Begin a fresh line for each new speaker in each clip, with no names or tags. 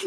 그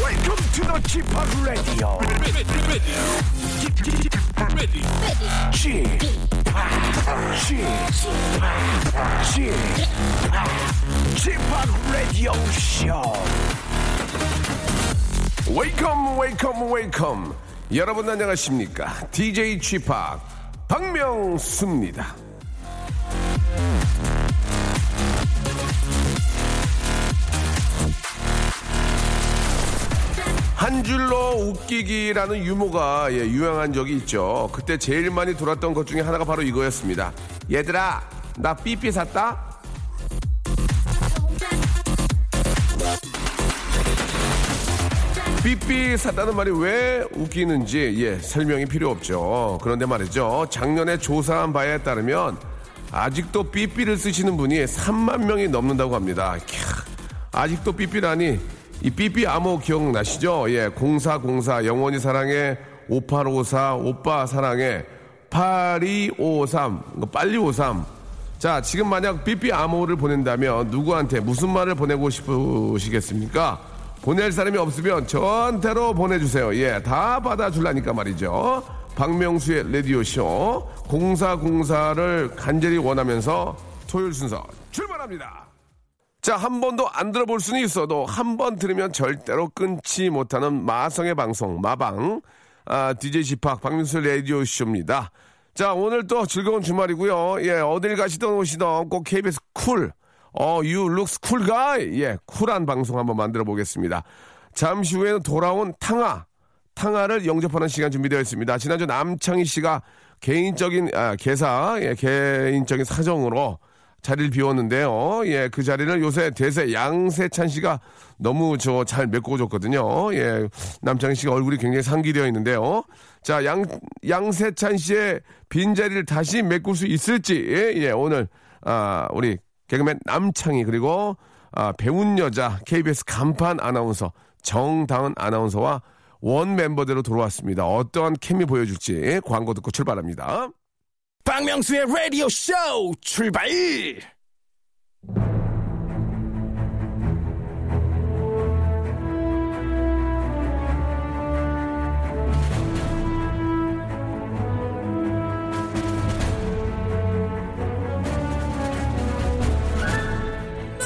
Welcome to the Chip Radio. Chip, Chip, Chip Radio Show. Welcome, welcome, welcome. 여러분 안녕하십니까? DJ Chip 박명수입니다. 한 줄로 웃기기라는 유머가 예, 유행한 적이 있죠. 그때 제일 많이 돌았던 것 중에 하나가 바로 이거였습니다. 얘들아, 나 삐삐 샀다? 삐삐 샀다는 말이 왜 웃기는지 예, 설명이 필요 없죠. 그런데 말이죠. 작년에 조사한 바에 따르면 아직도 삐삐를 쓰시는 분이 3만 명이 넘는다고 합니다. 캬, 아직도 삐삐라니 이 삐삐 암호 기억나시죠? 예, 0404 영원히 사랑해 5854 오빠 사랑해 8253 이거 빨리 53 자, 지금 만약 삐삐 암호를 보낸다면 누구한테 무슨 말을 보내고 싶으시겠습니까? 보낼 사람이 없으면 저한테로 보내주세요. 예, 다 받아줄라니까 말이죠. 박명수의 라디오쇼 0404를 간절히 원하면서 토요일 순서 출발합니다. 자, 한 번도 안 들어볼 수는 있어도 한 번 들으면 절대로 끊지 못하는 마성의 방송, 마방. 아, DJ 지팍, 박민수 라디오쇼입니다. 자, 오늘 또 즐거운 주말이고요. 예, 어딜 가시던 오시던 꼭 KBS 쿨. 어, you looks cool guy. 예, 쿨한 방송 한번 만들어 보겠습니다. 잠시 후에는 돌아온 탕아. 탕아를 영접하는 시간 준비되어 있습니다. 지난주 남창희 씨가 개인적인, 아, 개사, 예, 개인적인 사정으로 자리를 비웠는데요. 예, 그 자리를 요새 대세 양세찬 씨가 너무 저 잘 메꿔줬거든요. 예, 남창희 씨가 얼굴이 굉장히 상기되어 있는데요. 자, 양, 양세찬 씨의 빈자리를 다시 메꿀 수 있을지, 예, 예, 오늘, 아, 우리 개그맨 남창희 그리고 아, 배운 여자 KBS 간판 아나운서 정다은 아나운서와 원 멤버대로 돌아왔습니다. 어떠한 케미 보여줄지 광고 듣고 출발합니다. 박명수의 라디오 쇼 출발!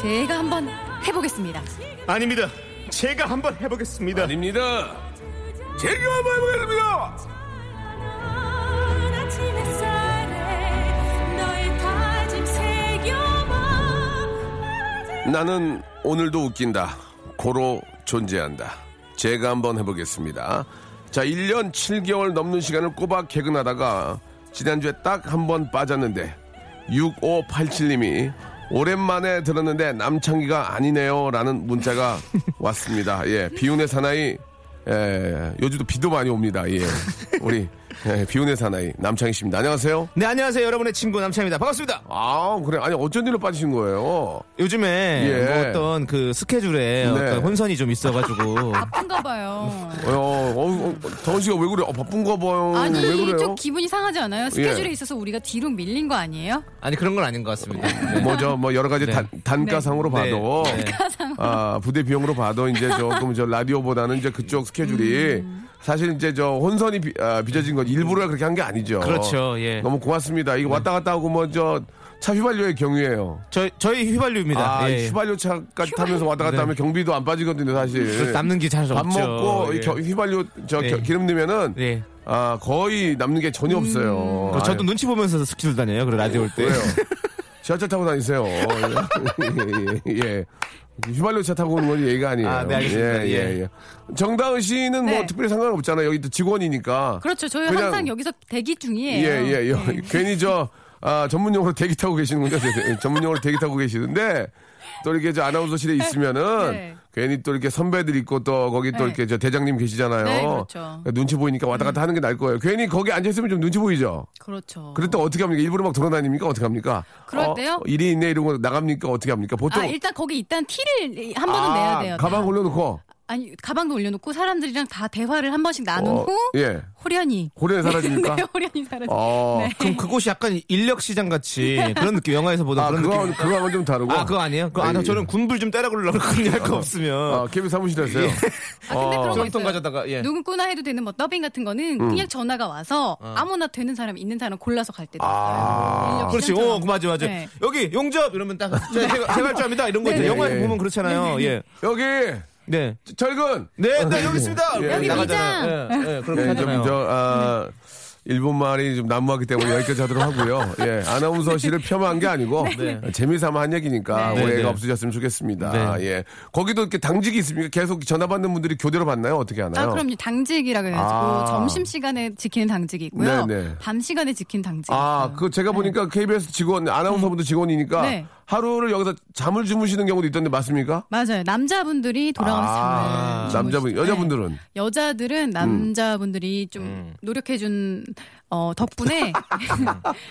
제가 한번 해보겠습니다.
아닙니다. 제가 한번 해보겠습니다.
아닙니다. 제가 한번 해보겠습니다!
아침 햇살에 너의 다짐 새겨봐
나는 오늘도 웃긴다. 고로 존재한다. 제가 한번 해보겠습니다. 자, 1년 7개월 넘는 시간을 꼬박 개근하다가 지난주에 딱 한 번 빠졌는데 6587님이 오랜만에 들었는데 남창기가 아니네요. 라는 문자가 왔습니다. 예, 비운의 사나이. 예, 요즘도 비도 많이 옵니다. 예. 우리 예, 비운의 사나이 남창희 씨입니다. 안녕하세요.
네 안녕하세요 여러분의 친구 남창입니다 반갑습니다
아, 그래. 아니, 어쩐 일로 빠지신 거예요?
요즘에
예. 네.
뭐 어떤 그 스케줄에 어떤 혼선이 좀 있어가지고
바쁜가 봐요.
어, 어, 어, 더원 씨가 왜 그래? 어, 바쁜가 봐요.
아니
왜 그래요? 예.
좀 기분이 상하지 않아요? 스케줄에 있어서 우리가 뒤로 밀린 거 아니에요?
아니 그런 건 아닌 것 같습니다
뭐죠? 뭐 여러 가지
네.
단, 단가상으로
네.
봐도
네.
아, 부대 비용으로 봐도 이제 조금 저 라디오보다는 이제 그쪽 스케줄이 사실 이제 저 혼선이 비, 아, 빚어진 건 일부러 그렇게 한 게 아니죠.
그렇죠, 예.
너무 고맙습니다. 이거 왔다 갔다 하고 뭐 저 차 휘발유의 경유예요.
저희, 저희 휘발유입니다
아,
예, 예.
휘발유 차까지 타면서 왔다 갔다
네. 그
하면 경비도 안 빠지거든요, 사실.
예. 남는 게 잘 없죠
밥 먹고
예.
이 겨- 휘발유 저 겨-
예.
기름 넣으면은
예.
아 거의 남는 게 전혀 없어요.
그 저도
아유, 예.
눈치 보면서 스케줄 다녀요 그래 라디오 올때
왜요? 지하철 타고 다니세요. 예, 예, 예. 휘발유 차 타고 오는 건 예의가 아니에요.
아, 네, 알겠습니다.
예, 예,
예.
예. 정다은 씨는 뭐
네.
특별히 상관없잖아요. 여기 또 직원이니까.
그렇죠. 저희
그냥-
항상 여기서 대기 중이에요.
예, 예, 예.
네.
괜히 저 아, 전문용어로 대기 타고 계시는군요. 네, 전문용어로 대기 타고 계시는데 또 이렇게 저 아나운서실에 있으면은
네.
괜히 또 이렇게 선배들 있고 또 거기 또
네.
이렇게 저 대장님 계시잖아요. 그러니까
네, 그렇죠.
눈치 보이니까 왔다 갔다 하는 게 나을 거예요. 괜히 거기 앉아 있으면 좀 눈치 보이죠.
그렇죠.
그럴 때 어떻게 합니까? 일부러 막 돌아다닙니까? 어떻게 합니까?
그럴 때요?
어, 일이 있네 이런 거 나갑니까? 어떻게 합니까? 보통
아 일단 거기 일단 티를 한 번은
아,
내야 돼요. 네.
가방 올려놓고
아니 가방도 올려놓고 사람들이랑 다 대화를 한 번씩 나누고
어, 예.
호련이
호련이 사라집니까?
아, 네, 호련이 사라지.
어,
그럼 그곳이 약간 인력 시장 같이 그런 느낌 영화에서 보던
아,
그런
그거,
느낌.
그거하고 좀 다르고.
아 그거 아니에요? 그거 아니,
아니, 예,
저는 군불 좀 때려 굴려고 그런 할거 없으면
아, 케빈 사무실에서요.
예.
아 근데 그런 거
소리통
있어요.
가져다가 예.
누구나 해도 되는 뭐 더빙 같은 거는
음.
그냥 전화가 와서
어.
아무나 되는 사람 있는 사람 골라서 갈
아.
때도 있어요. 인력
그렇지.
시장처럼.
어, 그 맞아 맞아.
네.
여기 용접 이러면 딱 제가 생활자입니다. 이런 거 이제
네,
영화에
네.
보면 그렇잖아요. 예.
여기!
네.
철근!
네, 네, 여기 있습니다.
예. 여기
나가잖아요. 예. 예. 그렇게
네,
하잖아요.
좀, 저,
네.
아, 일본말이 좀 난무하기 때문에 여기까지 하도록 하고요. 예, 아나운서실을 폄하한 게 아니고,
네.
재미삼아 한 얘기니까
네.
오해가
네, 네.
없으셨으면 좋겠습니다.
네.
예. 거기도 이렇게 당직이 있습니까? 계속 전화받는 분들이 교대로 받나요? 어떻게
아,
하나요?
그럼요. 당직이라 그래가지고
아.
점심 시간에 지키는 당직이 있고요.
네네.
밤 시간에 지킨 당직.
아, 그 제가 보니까 KBS 직원, 아나운서분도 직원이니까
네.
하루를 여기서 잠을 주무시는 경우도 있던데 맞습니까?
맞아요. 남자분들이 돌아가면서
아,
잠을
남자분, 음.
주무시-
여자분들은.
네. 여자들은 남자분들이 좀 노력해준 어, 덕분에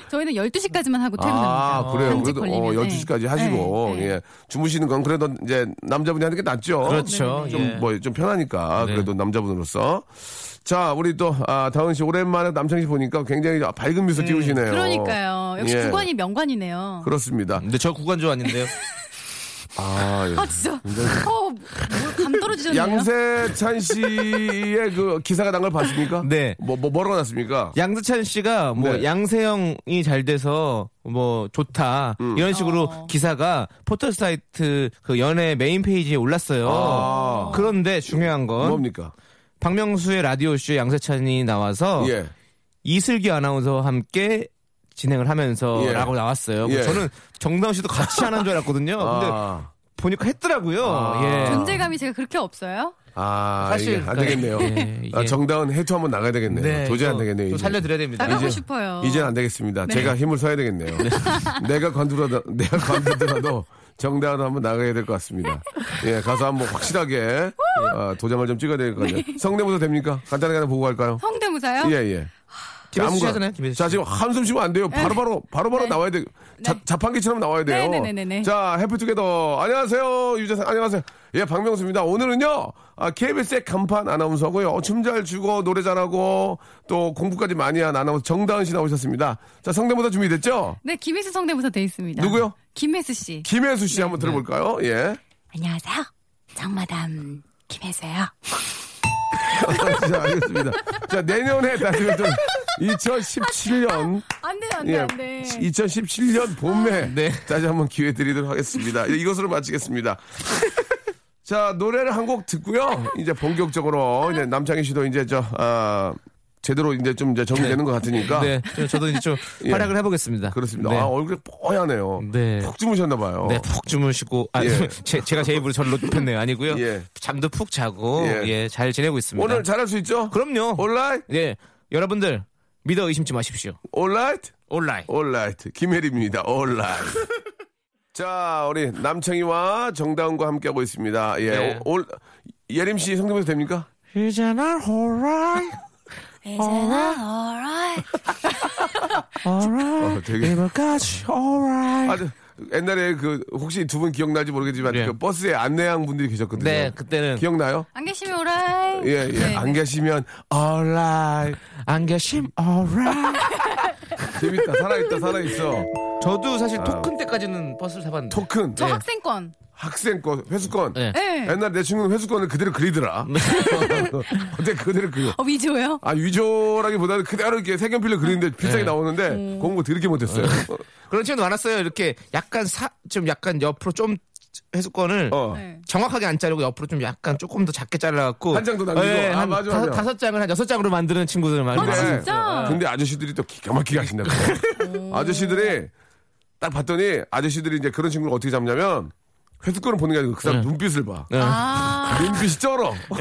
저희는 12시까지만 하고 퇴근합니다.
아, 그래요.
당직
그래도 어,
걸리면, 네.
12시까지 하시고,
네, 네.
예. 주무시는 건 그래도 이제 남자분이 하는 게 낫죠.
그렇죠.
좀,
예.
뭐, 좀 편하니까.
네.
그래도 남자분으로서. 자, 우리 또, 아, 다은 씨, 오랜만에 남창희 씨 보니까 굉장히 밝은 미소 띄우시네요.
음, 그러니까요. 역시
예.
구관이 명관이네요.
그렇습니다.
근데 저 구간 좋아하는데요.
아, 예.
아, 진짜. 어, 뭘감 떨어지셨네요.
양세찬 씨의 그 기사가 난 걸 봤습니까?
네.
뭐, 뭐, 뭐라고 났습니까?
양세찬 씨가 뭐
네.
양세형이 잘 돼서 뭐 좋다 이런 식으로
어.
기사가 포털 사이트 그 연예 메인 페이지에 올랐어요.
아.
그런데 중요한 건
뭡니까?
박명수의 라디오 쇼 양세찬이 나와서
예.
이슬기 아나운서와 함께 진행을
예.
하면서라고 나왔어요.
예.
저는 정다운 씨도 같이 안 한 줄 알았거든요. 근데
아,
보니까 했더라고요.
아.
예.
존재감이 제가 그렇게 없어요?
아,
사실
이게 안
그러니까-
되겠네요.
예, 이게-
아, 정다운 해투 한번 나가야 되겠네요. 도저히 안
저-
되겠네요.
좀
이제.
살려드려야 됩니다.
나가고
이제-
싶어요.
이젠 안 되겠습니다. 제가 힘을 써야 네. 되겠네요. 내가 관두더라도, 내가 관두더라도 정당으로 한번 나가야 될 것 같습니다. 예, 가서 한번 확실하게 어, 도장을 좀 찍어야 될 것 같아요. 성대모사 됩니까? 간단하게 하나 보고 갈까요?
성대무사요?
예, 예.
김혜수 씨
아무거나.
하잖아요, 김혜수 네. 씨.
자, 지금 한숨 쉬면 안 돼요. 바로바로, 바로바로 나와야
네.
돼. 자, 자판기처럼 나와야 돼요.
네, 네, 네, 네.
자, 해피투게더. 안녕하세요. 유재상. 안녕하세요. 예, 박명수입니다. 오늘은요, 아, KBS의 간판 아나운서고요. 어, 춤 잘 추고, 노래 잘하고, 또 공부까지 많이 한 아나운서 정다은 씨 나오셨습니다. 자, 성대모사 준비됐죠?
네, 김혜수 성대모사 돼 있습니다.
누구요?
김혜수 씨.
김혜수
네,
씨 한번 들어볼까요? 예.
안녕하세요. 정마담 김혜수예요.
자, 알겠습니다. 자, 내년에 나중에 좀 2017년
안 돼, 안 돼,
예,
안 돼.
2017년
아.
봄에
네.
다시 한번 기회 드리도록 하겠습니다. 예, 이것으로 마치겠습니다. 자 노래를 한 곡 듣고요. 이제 본격적으로 이제 남창희 씨도 이제 저 아, 제대로 이제 좀 이제 정리되는 것 같으니까
네, 저- 저도 이제 좀
예.
활약을 해보겠습니다.
그렇습니다.
네.
아 얼굴이 뽀얗네요.
네.
푹 주무셨나 봐요.
네, 푹 주무시고 아,
예.
제, 가제 입으로 절로 높였네요. 아니고요.
예.
잠도 푹 자고
예.
예. 잘 지내고 있습니다.
오늘 잘할 수 있죠?
그럼요.
온라인,
예, 여러분들 믿어 의심치 마십시오.
온라인,
온라인.
온라인. 김혜리입니다. 온라인. 자 우리 남창희와 정다운과 함께하고 있습니다. 예,
네.
올 예림 씨 성대모사 됩니까?
이제 날 호라이.
어,
네.
되게
이불까지 호라이.
아주 옛날에 그 혹시 두 분 기억나지 모르겠지만
예.
그 버스에 안내양 분들이 계셨거든요.
네, 그때는
기억나요?
안 계시면 오라이.
예, 예.
네,
안
네.
계시면 alright.
안 계심 호라이.
재밌다. 살아있다. 살아있어.
저도 사실 토큰 때까지는 버스를 타봤는데.
토큰.
저 학생권.
학생권, 회수권.
네.
예.
옛날 내 친구는 회수권을 그대로 그리더라. 근데 그대로 그려.
어, 위조요?
아, 위조라기보다는 그대로 이렇게 색연필로
네.
그리는데 비싸게
음.
나오는데 공부 드럽게 못했어요.
그런 친구도 많았어요. 이렇게 약간 사, 좀 약간 옆으로 좀 해수권을
어.
네.
정확하게 안 자르고 옆으로 좀 약간 조금 더 작게 잘라갖고
한장더 남기고.
예,
아,
한
맞아,
다,
맞아.
다섯 장을 한 여섯 장으로 만드는 친구들 많이
아,
봤어요.
진짜?
네.
음.
근데 아저씨들이 또 기가 막히게 하신다. 그래요. 아저씨들이 딱 봤더니 아저씨들이 이제 그런 친구를 어떻게 잡냐면 회수권을 보는 게 아니고 그 사람
네.
눈빛을 봐.
아,
눈빛이 쩔어. 뭐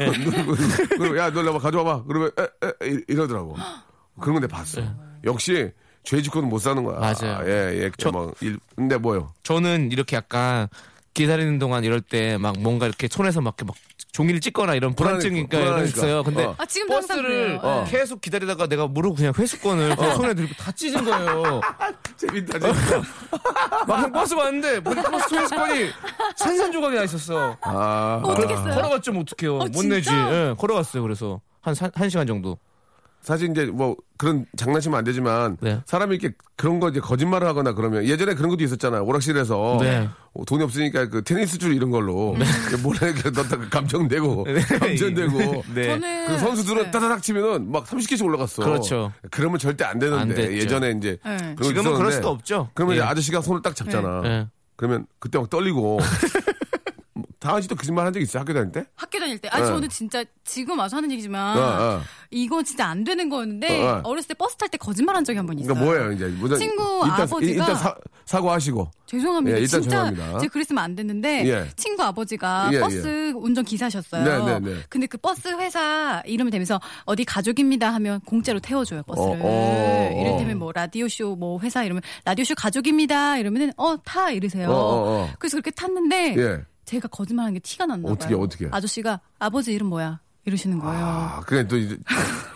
그리고 야, 너 나와 가져와봐. 그러면 에, 에, 에, 이러더라고. 그런 건 내가 봤어. 역시 죄 짓고는 못 사는 거야.
네. 맞아요.
예, 예.
저-
뭐 일, 근데 뭐요?
저는 이렇게 약간 기다리는 동안 이럴 때 막 뭔가 이렇게 손에서 막, 이렇게 막 종이를 찢거나 이런 불안증이니까
불안하니까.
이런 게 있어요. 근데
그러니까, 어.
아, 지금도 항상
버스를
그래요. 어.
계속 기다리다가 내가 모르고 그냥 회수권을 그냥 손에 들고 다 찢은 거예요.
어. 재밌다, 재밌다.
막상 버스 왔는데 우리 버스 회수권이 산산조각이 나 있었어.
아,
어떻게 했어요?
걸어갔죠, 뭐 어떡해요. 못
진짜?
내지. 예, 걸어갔어요, 그래서. 한, 사- 한 시간 정도.
사실 이제 뭐 그런 장난치면 안 되지만
네.
사람이 이렇게 그런 거 이제 거짓말을 하거나 그러면 예전에 그런 것도 있었잖아요. 오락실에서
네.
어, 돈이 없으니까 그 테니스 줄 이런 걸로 몰래 이렇게 넣다가 그 감정되고
네.
감정되고
네.
저는
그 선수들은
네.
따다닥 치면은 막 30개씩 올라갔어.
그렇죠.
그러면 절대 안 되는데
안 됐죠.
예전에 이제
네.
그런 거
지금은
있었는데
그럴 수도 없죠.
그러면 이제
예.
아저씨가 손을 딱 잡잖아.
네. 네.
그러면 그때 막 떨리고 다은 씨도 그 거짓말 한 적 있어 요 학교 다닐 때?
학교 다닐 때. 아,
네.
저는 진짜 지금 와서 하는 얘기지만
어, 어.
이건 진짜 안 되는 거였는데
어, 어.
어렸을 때 버스 탈 때 거짓말한 적이 한 번 있어요.
그러니까 뭐예요 이제 무슨-
친구
일단,
아버지가-
일단 사, 사과하시고
죄송합니다.
예, 일단
진짜
죄송합니다.
제가 그랬으면 안 됐는데
예.
친구 아버지가
예,
버스 운전 기사셨어요.
네, 네, 네.
근데 그 버스 회사 이름을 대면서 어디 가족입니다 하면 공짜로 태워줘요 버스를.
어, 어, 어.
이를테면 뭐 라디오 쇼뭐 회사 이러면 라디오 쇼 가족입니다 이러면은 어 타 이러세요.
어, 어, 어.
그래서 그렇게 탔는데
예.
제가 거짓말한 게 티가 났나 봐요.
어떻게, 어떻게?
아저씨가 아버지 이름 뭐야 이러시는 거예요.
아, 그래 또 이제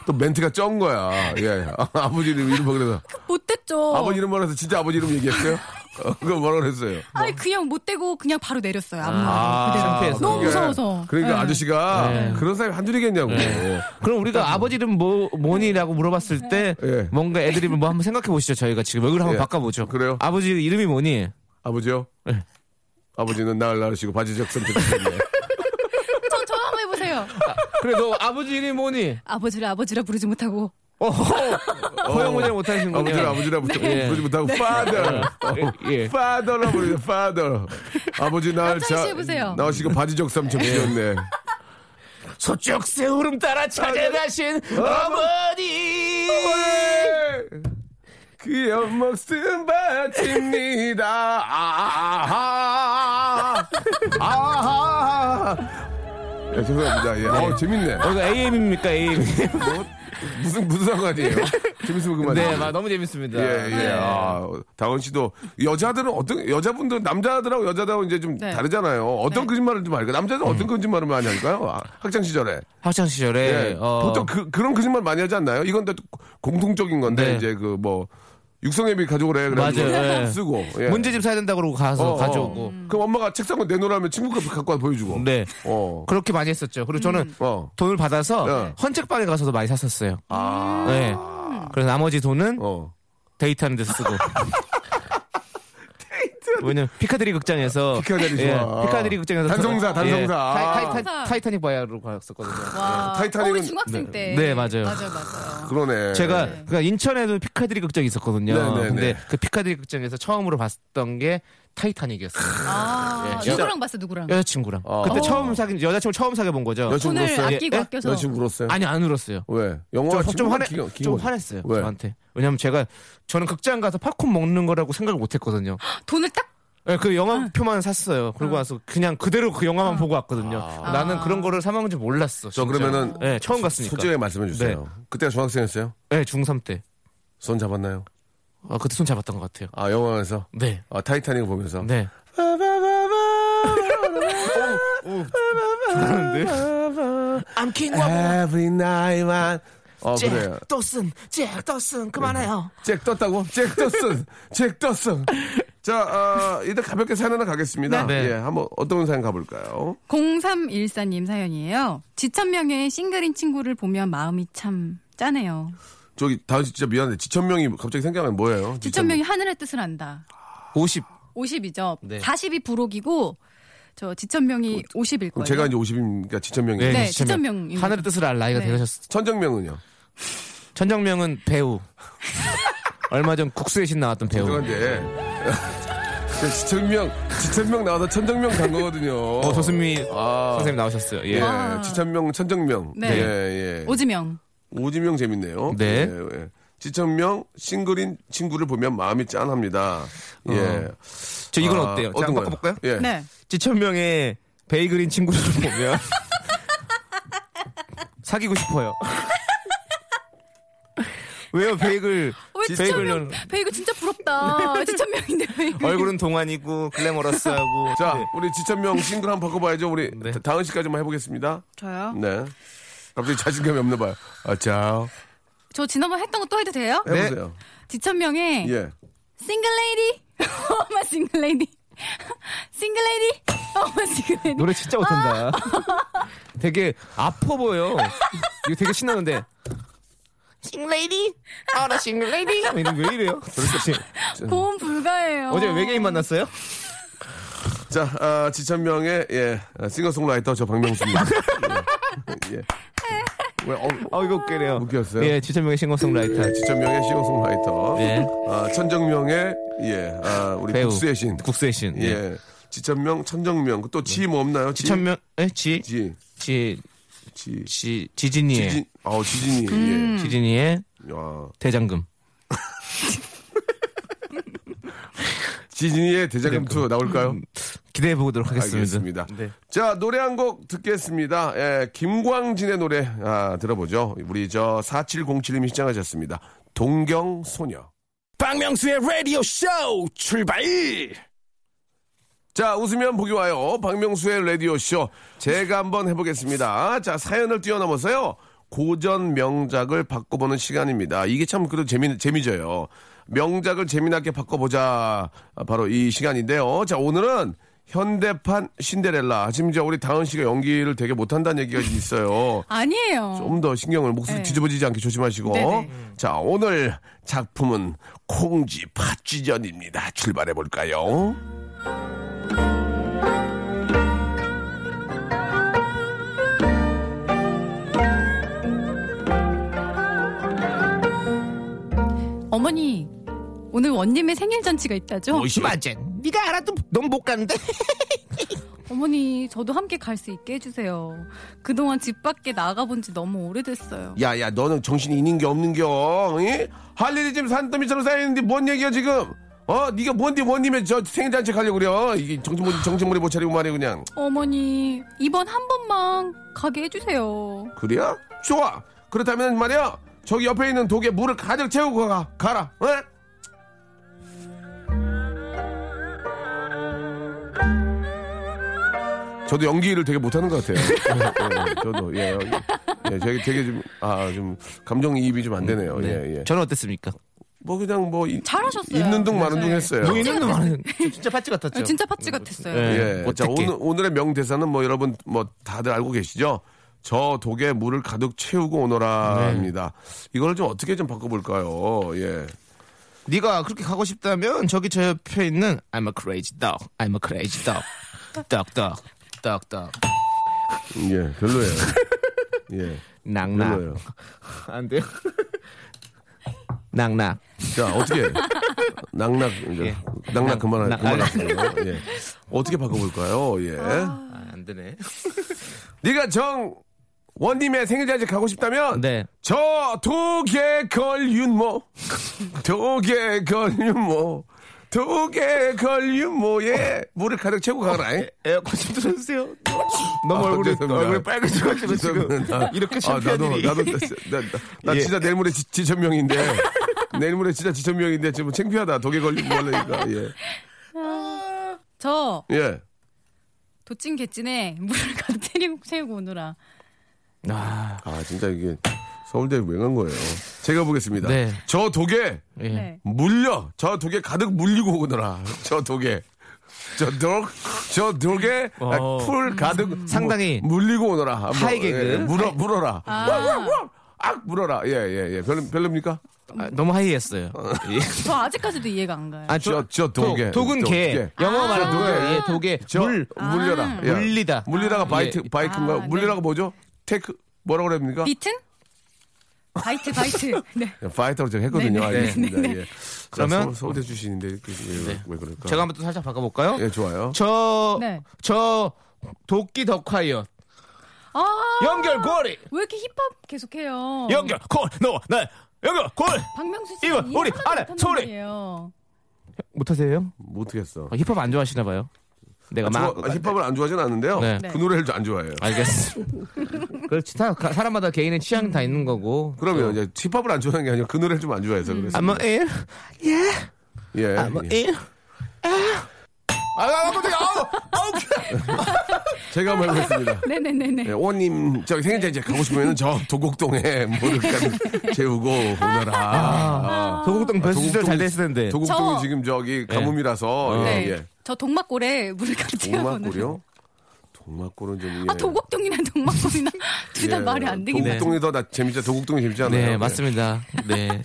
또 멘트가 쩐 거야. 예. 아, 아버지 이름 이름 그래서
못됐죠.
아버지 이름 말해서 진짜 아버지 이름 얘기했어요? 어, 그거 뭐라 그랬어요?
아니 그냥 못되고 그냥 바로 내렸어요. 아무
아,
말도 안
창피해서.
그대로. 너무
그러니까-
무서워서.
그러니까
네.
아저씨가
네.
그런 사람이 한둘 이겠냐고.
그럼 우리가 아버지 이름 뭐, 뭐니라고 물어봤을 때
예.
뭔가 애드립을 뭐 한번 생각해 보시죠. 저희가 지금 얼굴 한번
예.
바꿔보죠.
그래요?
아버지 이름이 뭐니?
아버지요?
네.
아버지는 나을 낳으시고 바지 적선 드셨네.
저, 저 한번 해보세요.
그래 너 아버지 이름이 뭐니?
아버지를 아버지라 부르지 못하고
어, 허영모자 어. 못하시는 거요
아버지를 아버지라 부르-
네.
부르지 못하고 father,
예.
father라 부르죠. father. 아버지 나을
남창희 씨 해보세요.
낳으시고 바지 적삼
예.
적셨네.
소쪽새 울음 따라 찾아가신 어머니.
귀여운 목숨 바칩니다. 아, 아하. 아하. 예, 죄송합니다. 예. 어, 재밌네. 어,
여기가 AM입니까 AM?
뭐, 무슨, 무슨 상관이에요? 재밌으면 그만해.
네, 막 너무 재밌습니다. 네.
예, 예. 아, 다원 씨도 여자들은 어떤, 여자분들, 남자들하고 여자들하고 이제 좀
네.
다르잖아요. 어떤 거짓말을 좀 할까요? 남자들은
네.
어떤 거짓말을 많이 할까요? 아, 학창 시절에.
학창 시절에 어,
예. 보통 그, 그런 거짓말 많이 하지 않나요? 이건 또 공통적인 건데
네.
이제 그 뭐 육성애비 가지고 그래 그래가지고
맞아요, 예.
쓰고 예.
문제집 사야 된다고 그러고 가서
어, 어.
가져오고.
그럼 엄마가 책상을 내놓으라면 친구가 갖고 와 보여주고
네.
어.
그렇게 많이 했었죠. 그리고
음.
저는
어.
돈을 받아서
네.
헌책방에 가서도 많이 샀었어요.
아.
네. 그래서 나머지 돈은
어.
데이트하는 데서 쓰고. 왜냐면 피카드리 극장에서
피카데리
예,
좋아.
피카드리 극장에서 예,
단성사, 단성사.
타이,
아.
타이, 타이, 타이타닉 바야로 갔었거든요.
와.
타이타닉은-
우리 아, 중학생 때.
아, 네, 맞아요.
맞아요, 맞아요.
그러네.
제가 그러니까 인천에도 피카드리 극장이 있었거든요.
네, 네,
근데
네.
그 피카드리 극장에서 처음으로 봤던 게 타이타닉이었어요.
아,
예.
누구랑 봤어, 누구랑?
여자친구랑.
아.
그때
어.
처음 사귄 여자친구 처음 사귀어 본 거죠.
여자친구
돈을
울었어요?
아끼고
예?
아껴서.
여자친구 울었어요?
아니 안 울었어요.
왜? 영화
좀, 좀 화내 좀 화냈어요
왜?
저한테. 왜냐면 제가 저는 극장 가서 팝콘 먹는 거라고 생각을 못했거든요.
돈을 딱
예, 그 영화표만 샀어요. 그러고 와서 그냥 그대로 그 영화만 보고 왔거든요. 나는 그런 거를 사망한 줄 몰랐어.
아. 저
진짜.
그러면은
예, 처음 갔으니까.
솔직하게 말씀해 주세요. 그때가 중학생이었어요?
네, 중3 때.
손 잡았나요?
아, 그때 손 잡았던 것 같아요.
아 영화에서
네.
아, 타이타닉 보면서
네. I'm King Wobble.
Every night man. 어 그래요.
도슨, 잭 도슨, 그만해요.
잭 떴다고? 잭 떴어. 잭 떴어. 자, 어, 일단 가볍게 사연 하나 가겠습니다.
네.
예, 한번 어떤 사연 가볼까요?
0314님 사연이에요. 지천명의 싱글인 친구를 보면 마음이 참 짜네요.
저기, 다은 씨 진짜 미안한데, 지천명이 갑자기 생각나면 뭐예요?
지천명이 하늘의 뜻을 안다.
50.
50이죠.
네.
40이 부록이고 저 지천명이 50일
그럼
거예요.
제가 이제 50이니까 지천명이.
네,
에요
네,
지천명.
지천명입니다.
하늘의 뜻을 알 나이가
네.
되셨어.
천정명은요?
네. 천정명은 배우. 얼마 전 국수의 신 나왔던 배우.
죄송한데.
네.
저 지천명, 지천명 나와서 천정명 간 거거든요.
어, 조승미
아.
선생님 나오셨어요. 예.
예, 지천명, 천정명.
아. 네.
예, 예.
오지명.
오지명 재밌네요.
네.
예, 예. 지천명 싱글인 친구를 보면 마음이 짠합니다. 예.
저 이건
아,
어때요?
어떤
제가
거요?
바꿔볼까요?
예.
네.
지천명의 베이글인 친구를 보면 사귀고 싶어요. 왜요 베이글?
왜
베이글은-
지천명 베이글 진짜 부럽다. 지천명인데 베이글.
얼굴은 동안이고 글래머러스하고
자, 우리 지천명 싱글 한번 바꿔봐야죠. 우리
네.
다- 다은 씨까지만 해보겠습니다.
저요?
네. 갑자기 자신감이 없나 봐요. 아, 자,
저 지난번 했던 거 또 해도 돼요?
네.
해보세요.
지천명의
예.
싱글레이디 엄마 싱글레이디 싱글레이디 엄마 싱글레이디
노래 진짜 못한다. 되게 아파 보여. 이거 되게 신나는데. 싱글레이디? 아라 싱글레이디? 이거 왜 이래요? 도대체
고음 불가예요
어제 외계인 만났어요?
자, 아, 지천명의 예, 아, 싱어송라이터 저 박명수입니다. 예. 예. 왜, 어,
아 이거 웃기네요.
웃겼어요? 음,
예, 지천명의 싱어송라이터.
지천명의 싱어송라이터.
예.
아, 천정명의 예, 아, 우리
배우.
국수의 신.
국수의 신.
예. 지천명, 천정명. 또지 뭐 없나요? 지?
지천명, 에? 지,
지.
지,
지.
지, 지진이의.
지진. 어, 지진이.
지진이의
예. 야,
대장금. 네,
지진이의 대장금 투 나올까요?
기대해 보도록 하겠습니다.
알겠습니다.
음, 네.
자, 노래 한 곡 듣겠습니다. 예, 김광진의 노래 아, 들어보죠. 우리 저 4707님이 시청하셨습니다. 동경 소녀.
박명수의 라디오 쇼 출발!
자, 웃으면 보기 와요. 박명수의 라디오쇼. 제가 한번 해보겠습니다. 자, 사연을 뛰어넘어서요. 고전 명작을 바꿔보는 시간입니다. 이게 참 그래도 재미, 재미져요. 명작을 재미나게 바꿔보자. 아, 바로 이 시간인데요. 자, 오늘은 현대판 신데렐라. 지금 이제 우리 다은 씨가 연기를 되게 못한다는 얘기가 있어요.
아니에요
좀 더 신경을 목소리
네.
뒤집어지지 않게 조심하시고.
네네.
자, 오늘 작품은 콩쥐 팥쥐전입니다. 출발해볼까요?
어머니 오늘 원님의 생일 잔치가 있다죠?
맞아. 네가 어, 알아도 넌 못 가는데.
어머니 저도 함께 갈 수 있게 해주세요 그동안 집 밖에 나가본 지 너무 오래됐어요
야, 야, 너는 정신이 있는 게 없는 겨. 이? 할 일이 지금 산더미처럼 쌓여있는데 뭔 얘기야, 지금? 어? 네가 뭔데, 뭔님의 저 생일잔치 가려고 그래. 어, 이게 정신, 못- 정신머리 못 차리고 말이야, 그냥.
어머니 이번 한 번만 가게 해주세요
그래야? 좋아. 그렇다면 말이야. 저기 옆에 있는 독에 물을 가득 채우고 가, 가라. 어? 저도 연기를 되게 못하는 것 같아요. 예, 예, 저도 예, 예, 되게 되게 좀 아 좀 감정이입이 좀 안 되네요.
음,
예, 예.
저는 어땠습니까?
뭐 그냥 뭐 이-
잘하셨어요.
있는 둥 마는 둥
네.
했어요.
뭐 이런 거 많은. 진짜 파츠 같았죠.
진짜 파츠 같았어요
예.
예. 자
어떡해.
오늘 오늘의 명대사는 뭐 여러분 뭐 다들 알고 계시죠? 저 독에 물을 가득 채우고 오너라입니다.
네.
이걸 좀 어떻게 좀 바꿔볼까요? 예.
네가 그렇게 가고 싶다면 저기 저 옆에 있는 I'm a crazy dog, I'm a crazy dog, dog dog, dog dog,
예. 별로예요. 예. 별로예요.
낙낙. 안 돼요? 낙낙.
자 어떻게 낙낙 이제 낙낙 그만
예. 낙-
그만하세요. 예. 어떻게 바꿔볼까요? 예.
아, 안 되네.
네가 정 원님의 생일잔치 가고 싶다면
네.
저 독에 걸린 모 독에 걸린 모 독에 걸린 모에 물을 가득 채우고 가라 잉?
에어컨 좀 틀어주세요. 너무
아,
얼굴이
죄송합니다.
얼굴이 빨개져가지고 지금
죄송합니다.
이렇게
아,
창피한
나도,
일이.
나도 나- 나, 나
예.
진짜 내일 모레 지, 지천명인데 내일 모레 진짜 지천명인데 지금 창피하다 독에 걸린 모라니까 예.
저
예.
도찐 개찐에 물을 가득 채우고 채우고 오느라
아,
아 진짜 이게 서울대 왜 간 거예요 제가 보겠습니다
네.
저 독에
예.
네.
물려 저 독에 가득 물리고 오느라 저 독에 저독저 독에
어.
풀 가득
상당히
무- 물리고 오느라 한번,
하이 개그.
예, 물어 물어라 아. 악 물어라 예 예예 별로 별로입니까
아, 너무 하이했어요. 예.
저 아직까지도 이해가 안 가요
아,
저- 저 독에.
독, 독은
독,
개.
개.
영어 말하는
독에.
독에. 예, 독에.
저
물.
물려라 예.
물리다.
물리다가 바이트
예.
바이크인가 요
아,
물리다가 뭐죠 테크 뭐라고 그럽니까
비튼 바이트 바이트 네.
예, 바이터로 제가 했거든요
네네.
알겠습니다
네네.
예. 자,
그러면- 네.
서울- 서울대 출신인데 이렇게 왜, 왜 그럴까
제가 한번 또 살짝 바꿔볼까요?
예 좋아요
저,
네.
저, 도끼 더 콰이어.
아왜
연결고리!
이렇게 힙합 계속해요
연결, 콜, 너, 나, 연결, 콜!
박명수 씨
이거 우리 안에 소리! 못하세요?
뭐 못하겠어
아, 힙합 안 좋아하시나 봐요. 내가
좋아-
막.
힙합을 안 좋아하진 않는데요
네.
그 노래를 안 좋아해요
알겠어. 그렇지. 다 가- 사람마다 개인의 취향이 다 있는 거고.
그러면 이제 힙합을 안 좋아하는 게 아니라 그 노래를 좀 안 좋아해서 그래서
I'm a ill. Yeah.
예.
I'm a
예.
ill.
아, 아, 아, 깜짝이야. 아우, 아우. 제가 한번 해보겠습니다.
네네네네.
예, 오님 저기 생일자 이제 가고 싶으면 저 도곡동에 물을 가- 재우고 오너라. 아.
도곡동
도곡동
별수 시절 잘 됐을 텐데. 예. 어.
도곡동이
저-
지금 저기 가뭄이라서
네.
예, 예.
저 동막골에 물을 가르치는
동막골이요? 동막골은 좀 예.
아, 도곡동이나 동막골이나 둘 다 말이 안 되긴 하죠.
도곡동이 더 나, 재밌자. 도곡동이 재밌지 않아요?
네, 맞습니다. 네.
예.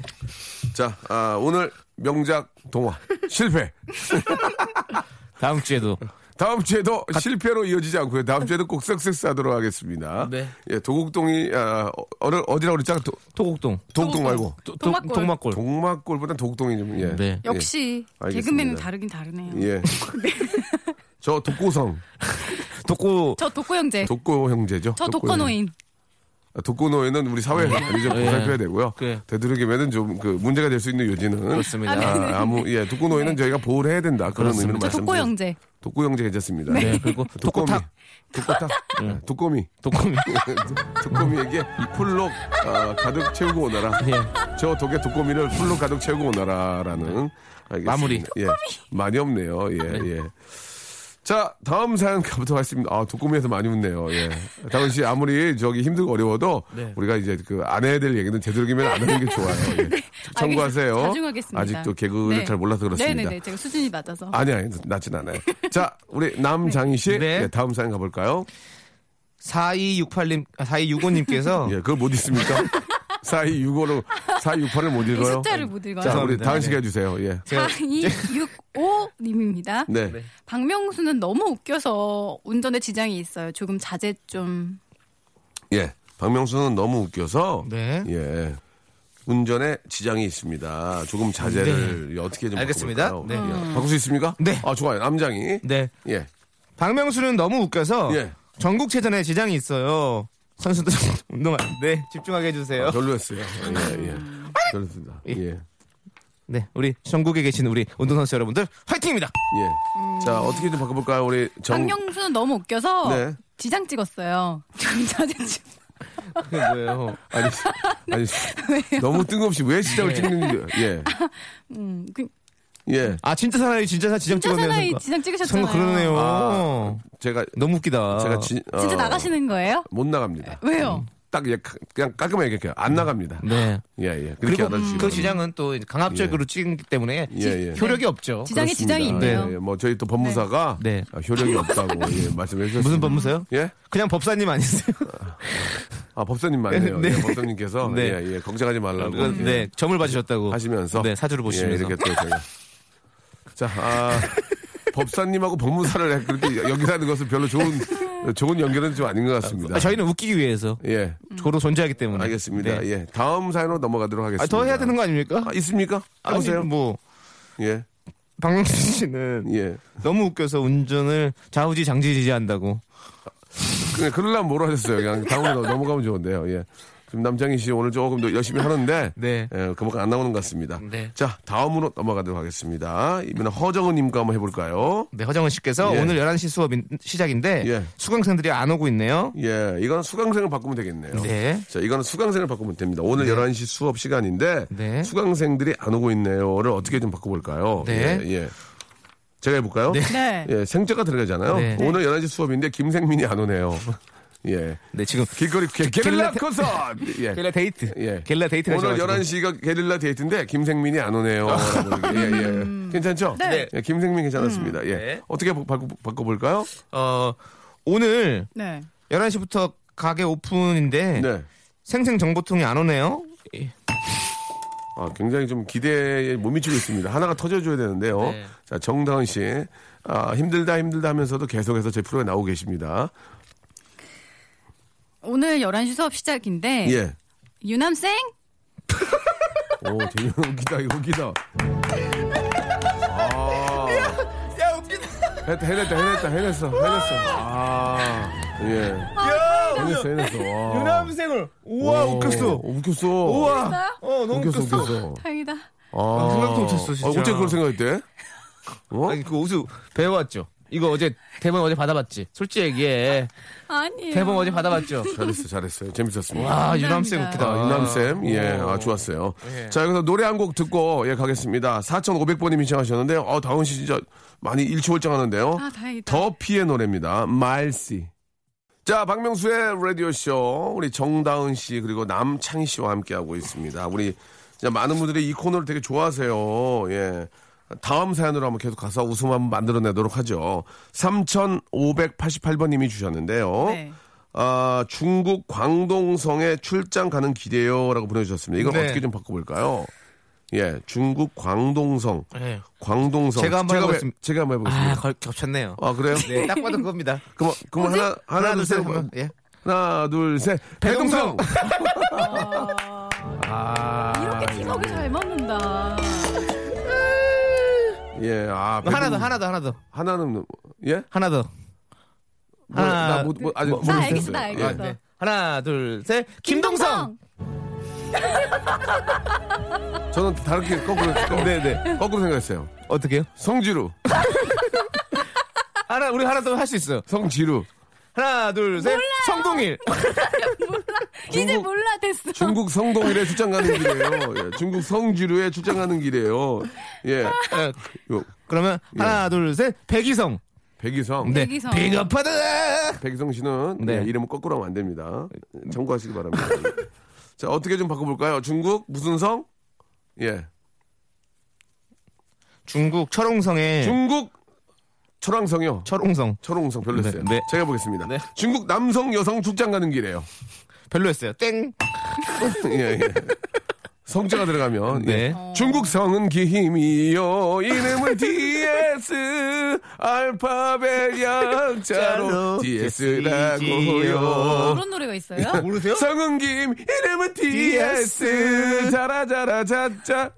자, 아, 오늘 명작 동화 실패.
다음 주에도.
다음 주에도 실패로 이어지지 않고요. 다음 주에도 꼭 석세스하도록 하겠습니다.
네.
예, 도곡동이 아, 어, 어디라고 그랬죠? 도,
도곡동.
도곡동 말고
도-
동막골.
동막골.
동막골보다 도곡동이 좀 예.
네.
역시
알겠습니다.
개그맨은 다르긴 다르네요.
예. 저 독고성,
독고.
저 독고 형제.
독고 형제죠.
저
독고
독거
형제.
노인.
아, 독고 노예는 우리 사회 이제
예.
보살펴야 되고요.
그래.
되도록이면은 좀 그 문제가 될 수 있는 요지는
그렇습니다.
아, 아무 예, 독고 노예는 저희가 보호를 해야 된다 그런
그렇습니다.
의미로
저 독고
말씀드렸습니다.
형제.
독고 형제 괜찮습니다.
네, 그리고
독고미.
독고탁.
독고탁. 예, 독고미.
독고미.
독고미에게 그 풀로 아, 가득 채우고 오너라.
예.
저 독에 독고미를 풀로 가득 채우고 오너라라는 알겠습니다.
마무리.
예. 많이 없네요. 예, 예. 자, 다음 사연 가보도록 하겠습니다. 아, 독고미에서 많이 웃네요. 예. 다은 씨, 아무리 저기 힘들고 어려워도
네.
우리가 이제 그 안 해야 될 얘기는 되도록이면 안 하는 게 좋아요. 예. 참고하세요.
네. 자중하겠습니다. 네.
아직도 개그를 잘 몰라서 그렇습니다.
네네네. 제가 수준이 낮아서.
아니, 아니, 낮진 않아요. 자, 우리 남장희 씨.
네.
예, 다음 사연 가볼까요?
4268님, 아, 4265님께서.
예, 그걸 못 있습니까? 4265로, 4268을 못
이
읽어요. 네.
숫자를 못 읽어요.
자,
사
우리
죄송합니다. 네.
다은 씨가 해주세요. 예.
4265님입니다.
네.
박명수는 너무 웃겨서 운전에 지장이 있어요. 조금 자제 좀.
예. 박명수는 너무 웃겨서.
네.
예. 운전에 지장이 있습니다. 조금 자제를 예, 어떻게 좀
네. 알겠습니다.
바꿔볼까요?
네.
예. 바꿀 수 있습니까?
네.
아 좋아요. 남장이.
네.
예.
박명수는 너무 웃겨서.
예.
전국체전에 지장이 있어요. 선수들 운동할 때 집중하게
아,
해주세요.
별로였어요. 예. 예. 별로였습니다. 예. 예.
네, 우리 전국에 계신 우리 운동선수 여러분들 화이팅입니다.
예. 자 어떻게 좀 바꿔볼까요? 우리 정.
박명수는 너무 웃겨서
네.
지장 찍었어요. 조금 자제 좀.
그게 뭐예요?
아니, 아니 너무 뜬금없이 왜 시작을
네.
찍는 지 예.
음, 그-
예.
아 진짜 사나이 진짜 사 지장
진짜
찍었네요.
사나이
선거.
지장 찍으셨잖아요.
선거 그러네요.
아, 제가
너무 웃기다.
제가 지, 어,
진짜 나가시는 거예요?
못 나갑니다.
왜요?
딱 예, 가- 그냥 깔끔하게 얘기할게요. 안 나갑니다.
네.
예, 예. 그렇게
그리고
안아주시
그 지장은 또 이제 강압적으로 찍기 때문에
예 예.
효력이 없죠.
지장에 지장이
그렇습니다.
있네요.
예, 예. 뭐 저희 또 법무사가
네.
아, 효력이 없다고 예, 말씀해 주셨습니다.
무슨 법무세요?
예?
그냥 법사님 아니세요?
아 법사님 맞네요.
네.
예, 법사님께서
네.
예, 예, 걱정하지 말라고
그건, 네, 점을 봐주셨다고
예. 하시면서
네 사주를 보시면서
예, 이렇게 또 제가 자 아, 법사님하고 법무사를 그렇게 연결하는 것은 별로 좋은 좋은 연결은 좀 아닌 것 같습니다.
아, 저희는 웃기기 위해서
예
저로 존재하기 때문에
알겠습니다.
네.
예 다음 사연으로 넘어가도록 하겠습니다.
아, 더 해야 되는 거 아닙니까?
아, 있습니까?
아니,
해보세요.
뭐
예
박명수 씨는
예.
너무 웃겨서 운전을 좌우지장지지한다고
그냥 그럴라면 뭐라 하셨어요. 그냥 다음으로 넘어가면 좋은데요. 예. 지금 남창희 씨 오늘 조금 더 열심히 하는데
네.
예, 그만큼 안 나오는 것 같습니다.
네.
자 다음으로 넘어가도록 하겠습니다. 이번엔 허정은님과 한번 해볼까요?
네, 허정은 씨께서
예.
오늘 11시 수업 인 시작인데
예.
수강생들이 안 오고 있네요.
예, 이건 수강생을 바꾸면 되겠네요.
네.
자, 이거는 수강생을 바꾸면 됩니다. 오늘 11시 수업 시간인데
네.
수강생들이 안 오고 있네요를 어떻게 좀 바꿔볼까요?
네.
예, 예. 제가 해볼까요?
네.
예, 생자가 들어가잖아요.
네.
오늘 11시 수업인데 김생민이 안 오네요. 예.
네, 지금
길거리 게- 게릴라
게릴라 테-
콘서트! 예.
게릴라 데이트.
예.
게릴라 데이트가
오늘
있어가지고. 아.
11시가 게릴라 데이트인데 김생민이 안 오네요. 라고 이렇게. 예, 예. 괜찮죠?
네.
예, 김생민 괜찮았습니다. 예.
네.
어떻게 바- 바꿔, 바꿔볼까요?
어, 오늘
네.
11시부터 가게 오픈인데
네.
생생 정보통이 안 오네요. 예.
아, 굉장히 좀 기대에 못 미치고 있습니다. 하나가 터져줘야 되는데요.
네.
자, 정다은 씨. 아, 힘들다, 힘들다 하면서도 계속해서 제 프로에 나오고 계십니다.
오늘 11시 수업
네.
시작인데
예.
유남생?
오, 되게 웃기다, 이거 웃기다. 아. 야, 웃기다. 했다, 해냈다, 해냈다, 해냈어, 해냈어. 아, 예. 해냈어, 해냈어. 와.
유남생을 우와
오,
웃겼어.
웃겼어.
우와. 어, 너무
웃겼어,
웃겼어.
웃겼어.
다행이다.
아.
생각도 못했어,
아,
진짜.
어째 그걸 생각했대? 어?
아니, 그 옷을 배워왔죠. 이거 어제 대본 어제 받아봤지. 솔직히 얘기해.
아니에요.
대본 어제 받아봤죠.
잘했어, 잘했어요. 재밌었습니다.
와 유남 쌤
감사합니다.
웃기다. 예.
아, 유남쌤, 예, 아, 좋았어요. 자, 여기서 노래 한 곡 듣고, 예, 가겠습니다. 4,500번님 신청하셨는데요. 어, 다은 씨 진짜 많이 일취월장 하는데요.
아, 다행이다.
더 피의 노래입니다. 말씨. 자, 박명수의 라디오쇼. 우리 정다은 씨, 그리고 남창희 씨와 함께하고 있습니다. 우리 진짜 많은 분들이 이 코너를 되게 좋아하세요. 예. 다음 사연으로 한번 계속 가서 웃음 한번 만들어내도록 하죠. 3,588번님이 주셨는데요.
네.
아, 중국 광동성에 출장 가는 길이에요. 라고 보내주셨습니다. 이걸
네.
어떻게 좀 바꿔볼까요? 예, 중국 광동성.
예.
광동성.
제가 한번
해-
해보겠습-
제가 한번 해보겠습니다.
아 걸- 겹쳤네요.
아, 그래요?
네, 딱 봐도 그겁니다.
그럼, 그럼 하나, 하나, 둘, 셋. 네,
한번. 예.
하나, 둘, 셋.
배동성!
배동성!
이렇게 팀워크 잘 맞는다.
예, 아, 배동-
하나 더, 하나 더, 하나 더,
하나는, 예?
하나 더.
뭐,
하나,
나 못, 뭐, 아직
나
모르겠어요.
알겠어, 나
예.
알겠어.
네. 하나, 둘, 셋. 김동성.
저는 다르게 거꾸로, 거꾸로, 네네. 거꾸로 생각했어요.
어떻게요?
성지루.
하나, 우리 하나 더 할 수 있어.
성지루.
하나, 둘, 셋. 성동일.
이제 몰라 됐어.
중국 성동일에 출장 가는 길이에요. 예, 중국 성지루에 출장 가는 길이에요. 예.
예,
요,
그러면
예.
하나, 둘, 셋. 백이성.
백이성.
네.
백이성.
비겁하다.
백이성 씨는
네.
예, 이름을 거꾸로 하면 안 됩니다. 참고하시기 바랍니다. 자, 어떻게 좀 바꿔볼까요? 중국? 무슨 성? 예.
중국 철옹성의
중국 철왕성이요.
철옹성
철옹성 별로였어요.
네, 네.
제가 보겠습니다.
네.
중국 남성 여성 출장 가는 길이에요.
별로였어요. 땡.
예, 예. 성자가 들어가면
네.
예. 중국 성은 기힘이요 이름을 DS 알파벳 약자로
자로
DS라고요
그런 노래가 있어요?
아,
모르세요?
성은 김 이름은 DS 자라자라자자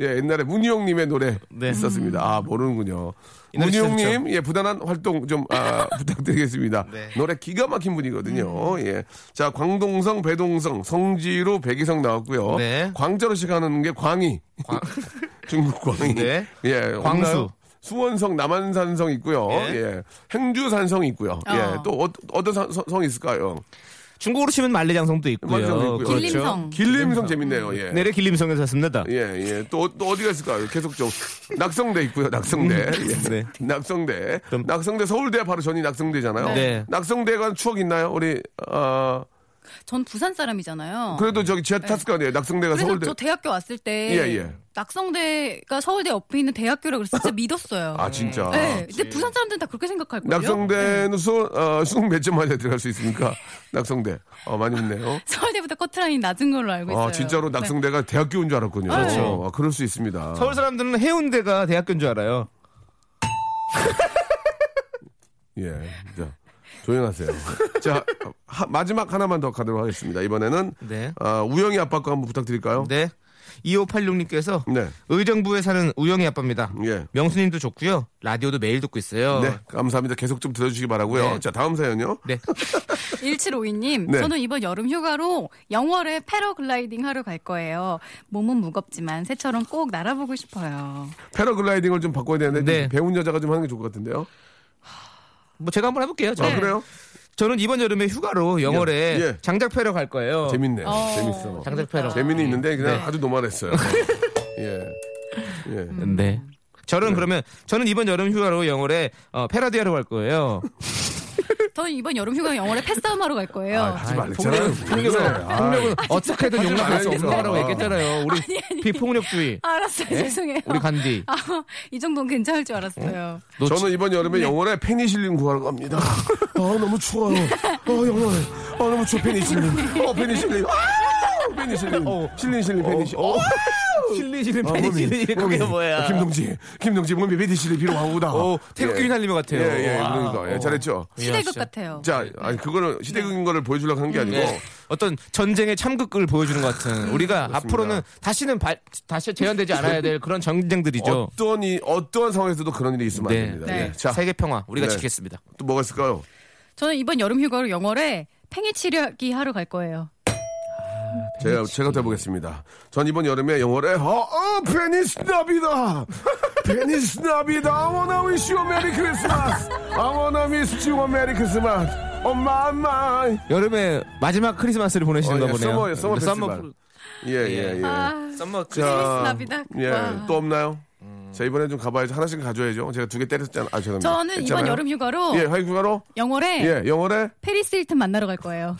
예 옛날에 문희용님의 노래
네.
있었습니다 아 모르는군요
이 노래 진짜
문희용님 예 부단한 활동 좀 아, 부탁드리겠습니다
네.
노래 기가 막힌 분이거든요 예자 광동성 배동성 성지로 백이성 나왔고요
네.
광저우식 하는 게 광희 중국 광희
네.
예
광수.
없나요? 수원성 남한산성 있고요 예,
예.
행주산성 있고요
어.
예또 어, 어떤 산- 성- 성이 있을까요
중국으로 치면 만리장성도
만리장성도
있고요. 그렇죠.
있고요.
길림성.
길림성 재밌네요. 예.
내래 길림성에서 샀습니다.
예, 예. 또, 어- 또 어디가 있을까요? 계속 좀. 낙성대 있고요, 낙성대. 예.
네.
낙성대.
그럼-
낙성대, 서울대 바로 전이 낙성대잖아요.
네.
낙성대에 관한 추억 있나요? 우리, 어,
전 부산 사람이잖아요.
그래도 저기 지하 탔을 거 아니에요? 낙성대가
네. 그래서
서울대.
저 대학교 왔을 때
예, 예.
낙성대가 서울대 옆에 있는 대학교라 그래서 진짜 믿었어요.
아, 진짜.
네, 근데 부산 사람들은 다 그렇게 생각할 거예요.
낙성대는 수, 어, 수능 몇 점 만에 들어갈 수 있습니까? 낙성대. 어, 많이 웃네요.
서울대보다 커트라인이 낮은 걸로 알고 있어요. 네.
아, 진짜로 낙성대가 대학교인 줄 알았군요.
그렇죠.
아, 그럴 수 있습니다.
서울 사람들은 해운대가 대학교인 줄 알아요.
예, 자, 조용하세요. 자, 하- 마지막 하나만 더 가도록 하겠습니다. 이번에는
네.
아, 우영이 아빠 거 한번 부탁드릴까요?
네. 2586님께서
네.
의정부에 사는 우영이 아빠입니다.
예.
명수님도 좋고요. 라디오도 매일 듣고 있어요.
네, 감사합니다. 계속 좀 들어주시기 바라고요.
네.
자, 다음 사연요.
네.
1752님,
네.
저는 이번 여름 휴가로 영월에 패러글라이딩 하러 갈 거예요. 몸은 무겁지만 새처럼 꼭 날아보고 싶어요.
패러글라이딩을 좀 바꿔야 되는데
네.
좀 배운 여자가 좀 하는 게 좋을 것 같은데요.
뭐 제가 한번 해볼게요.
아,
저는.
그래요?
저는 이번 여름에 휴가로 영월에
예.
장작패러 갈 거예요.
재밌네요.
어.
재밌어.
장작패러.
예.
재미는 있는데 그냥
네.
아주 노말했어요. 예. 예.
네. 저는 그러면 저는 이번 여름 휴가로 영월에 어, 패러디하러 갈 거예요.
저는 이번 여름 휴가 영월에 패싸움하러 갈 거예요.
아, 하지 말랬잖아요. 아,
폭력은 폭력은 폭력은 어떻게든 용납할 수 없는 거라고 얘기했잖아요. 우리 비폭력주의.
아, 알았어요.
예?
죄송해요.
우리 간디.
아, 이 정도는 괜찮을 줄 알았어요.
너
저는 이번 여름에 영월에 페니실린 구하러 갑니다. 네. 아 너무 추워요. 아 영월. 아 너무 추워 페니실린. 어 페니실린. 아 페니실린. 실린 실린 페니실. 어.
실리실리
아, 몸이,
페니실리
몸이.
그게 뭐야?
아, 김동지, 김동지 몸이 페니실린 비로 와오다.
오 태극기
예.
휘날리며 같아요.
예, 예, 그러니까 예, 잘했죠.
시대극 같아요.
자, 아니 그거는 시대극인 거를 보여주려고 한 게 아니고
네. 어떤 전쟁의 참극을 보여주는 것 같은 우리가
그렇습니다.
앞으로는 다시는 발, 다시 재현되지 않아야 될 그런 전쟁들이죠.
어떤 이 어떠한 상황에서도 그런 일이 있으면
네.
안 됩니다.
네.
예. 자,
세계 평화 우리가
네.
지켰습니다.
또 뭐가 있을까요?
저는 이번 여름 휴가로 영월에 팽이 치려기 하러 갈 거예요.
제가 제가 돼보겠습니다. 전 이번 여름에 영월에 어, 어 베니스나비다, 베니스나비다. I wanna wish you a merry Christmas. I wanna wish you a merry Christmas. Oh my my.
여름에 마지막 크리스마스를 보내시는가
어, 예,
보네요.
서머, 서머 페스티벌. 예예 예.
썸머
아,
그-
크리스마스나비다.
예.
와.
또 없나요? 자 이번에 좀 가봐야죠. 하나씩 가져야죠. 제가 두 개 때렸잖아. 아 죄송합니다.
저는 이번
했잖아요.
여름 휴가로
예 화이트가로.
영월에
예 영월에.
페리스 힐튼 만나러 갈 거예요.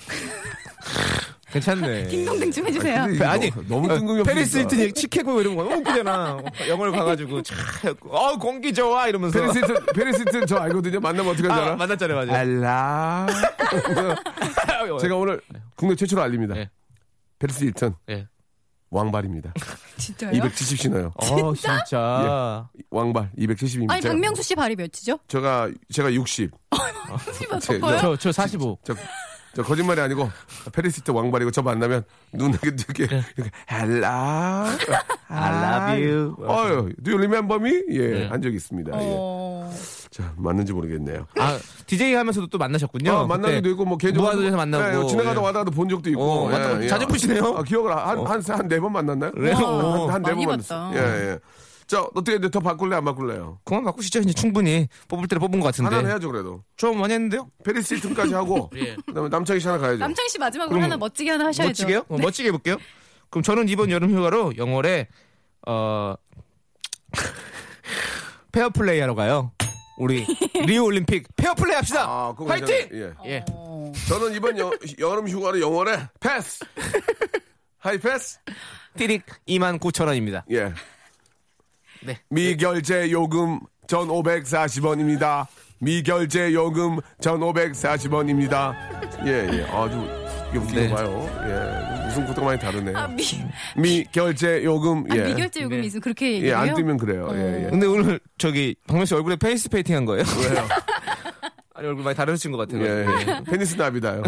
괜찮네.
딩동댕 좀 해주세요.
근데 이거
그 아니
너무 뜬금없어.
페리스 힐튼 치케고 이런 거 너무 웃기잖아. 어, 영월 가가지고 차어 공기 좋아 이러면서
페리스 힐튼, 페리스 힐튼 저 알거든요. 만나면 어떻게
아,
하잖아.
만났잖아요, 아, 맞아요.
알라. 제가 오늘 국내 최초로 알립니다.
네.
예.
페리스 힐튼
예.
왕발입니다.
진짜요?
270 신어요.
어 진짜. 예.
왕발 270입니다.
아니 박명수 씨 발이 몇이죠? 뭐
제가 제가 60.
혹시만
제-
섞어요?
저 저 45.
아, 저, 예. 저 거짓말이 아니고 페리스 힐튼 왕발이고 저 만나면 눈 이렇게
네.
이렇게 알라.
I love you.
어유, do you remember me? 예,
예.
한 적이 있습니다. 예.
어...
자, 맞는지 모르겠네요.
아 DJ 하면서도 또 어, 만나셨군요.
아, 만나기도
그때
있고 뭐 개인적으로
무한도전에서 만나고.
예, 지나가다
예.
와다도 본 적도 있고
어, 맞다. 자주 보시네요. 어.
아, 기억을 한한한네번 만났나요?
그래요?
한- 한네
많이
번
봤다.
만났어. 예 예. 자 어떻게 이제 더 바꿀래 안 바꿀래요?
그만 바꾸시죠. 이제 충분히 뽑을 때를 뽑은 것 같은데.
하나는 해야죠 그래도.
좀 많이 했는데요?
페리스 힐튼까지 하고
예.
그다음에 남창희 씨 하나 가야죠.
남창희 씨 마지막으로 하나 멋지게 하나 하셔야죠. 네.
멋지게요? 어, 멋지게 해볼게요. 그럼 저는 이번 여름 휴가로 영월에 어 페어플레이 하러 가요. 우리 리우 올림픽 페어플레이 합시다.
아, 그거
화이팅!
괜찮아요. 예.
예.
저는 이번 여, 여름 휴가로 영월에 패스. 하이 패스.
티릭 2만 9천 원입니다.
예.
네.
미결제 요금 전 540원입니다. 미결제 요금 전 540원입니다. 예, 예. 아주 이게 웃기고
네.
봐요. 예. 무슨 것도 많이 다르네요.
아, 미,
미결제 요금
아,
예.
미결제 요금이 있으면 그렇게
예,
얘기해요? 어.
안 뜨면 그래요. 예, 예.
근데 오늘 저기 박명수 얼굴에 페이스 페인팅 한 거예요?
왜요?
아니 얼굴 많이 다르신 것 같아요.
예, 예. 페니스 나비다요.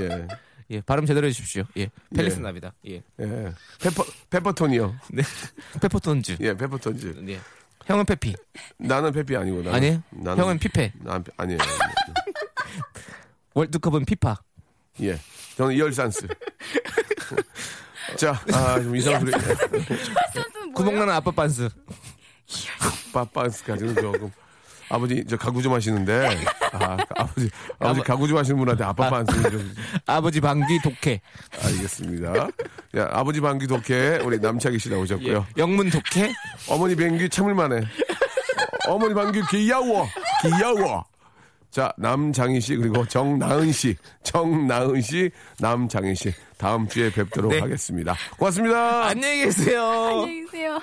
예.
예, 발음 제대로 해주십시오. 예, 펠리스나비다. 예,
예. 페퍼 페퍼톤이요.
네, 페퍼톤즈.
예, 페퍼톤즈.
예. 형은 페피.
나는 페피 아니고 나는.
아니에요?
나는
형은 피페.
난 페- 아니에요.
월드컵은 피파.
예. 저는 이열산스. 자, 아, 좀 이상한 소리.
구멍나는 아빠 반스.
빠빤스까지는 조금. 아버지, 저 가구 좀 하시는데. 아, 아버지, 아버지
아버-
가구 좀 하시는 분한테 아빠 빤스 좀.
아버지 방귀 독해.
알겠습니다. 야, 아버지 방귀 독해. 우리 남창희 씨 나오셨고요.
예.
예. 영문 독해.
어머니 방귀 참을만해. 어머니 방귀 귀여워. 귀여워. 자, 남장희 씨, 그리고 정나은 씨. 정나은 씨, 남장희 씨. 다음 주에 뵙도록
네.
하겠습니다. 고맙습니다.
안녕히 계세요.
아. 안녕히 계세요.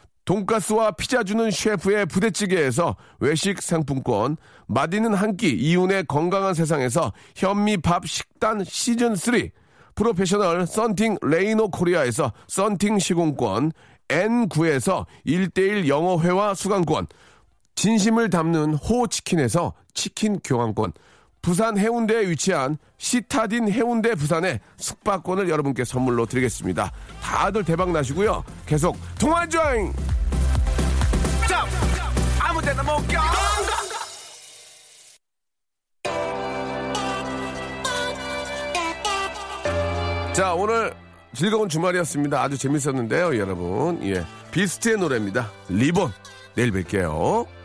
돈가스와 피자 주는 셰프의 부대찌개에서 외식 상품권, 맛있는 한 끼 이윤의 건강한 세상에서 현미밥 식단 시즌 3, 프로페셔널 썬팅 레이노 코리아에서 썬팅 시공권, N9에서 1대1 영어회화 수강권, 진심을 담는 호치킨에서 치킨 교환권, 부산 해운대에 위치한 시타딘 해운대 부산의 숙박권을 여러분께 선물로 드리겠습니다. 다들 대박 나시고요. 계속 통화 조잉! 자, 오늘 즐거운 주말이었습니다. 아주 재밌었는데요, 여러분. 예. 비스트의 노래입니다. 리본. 내일 뵐게요.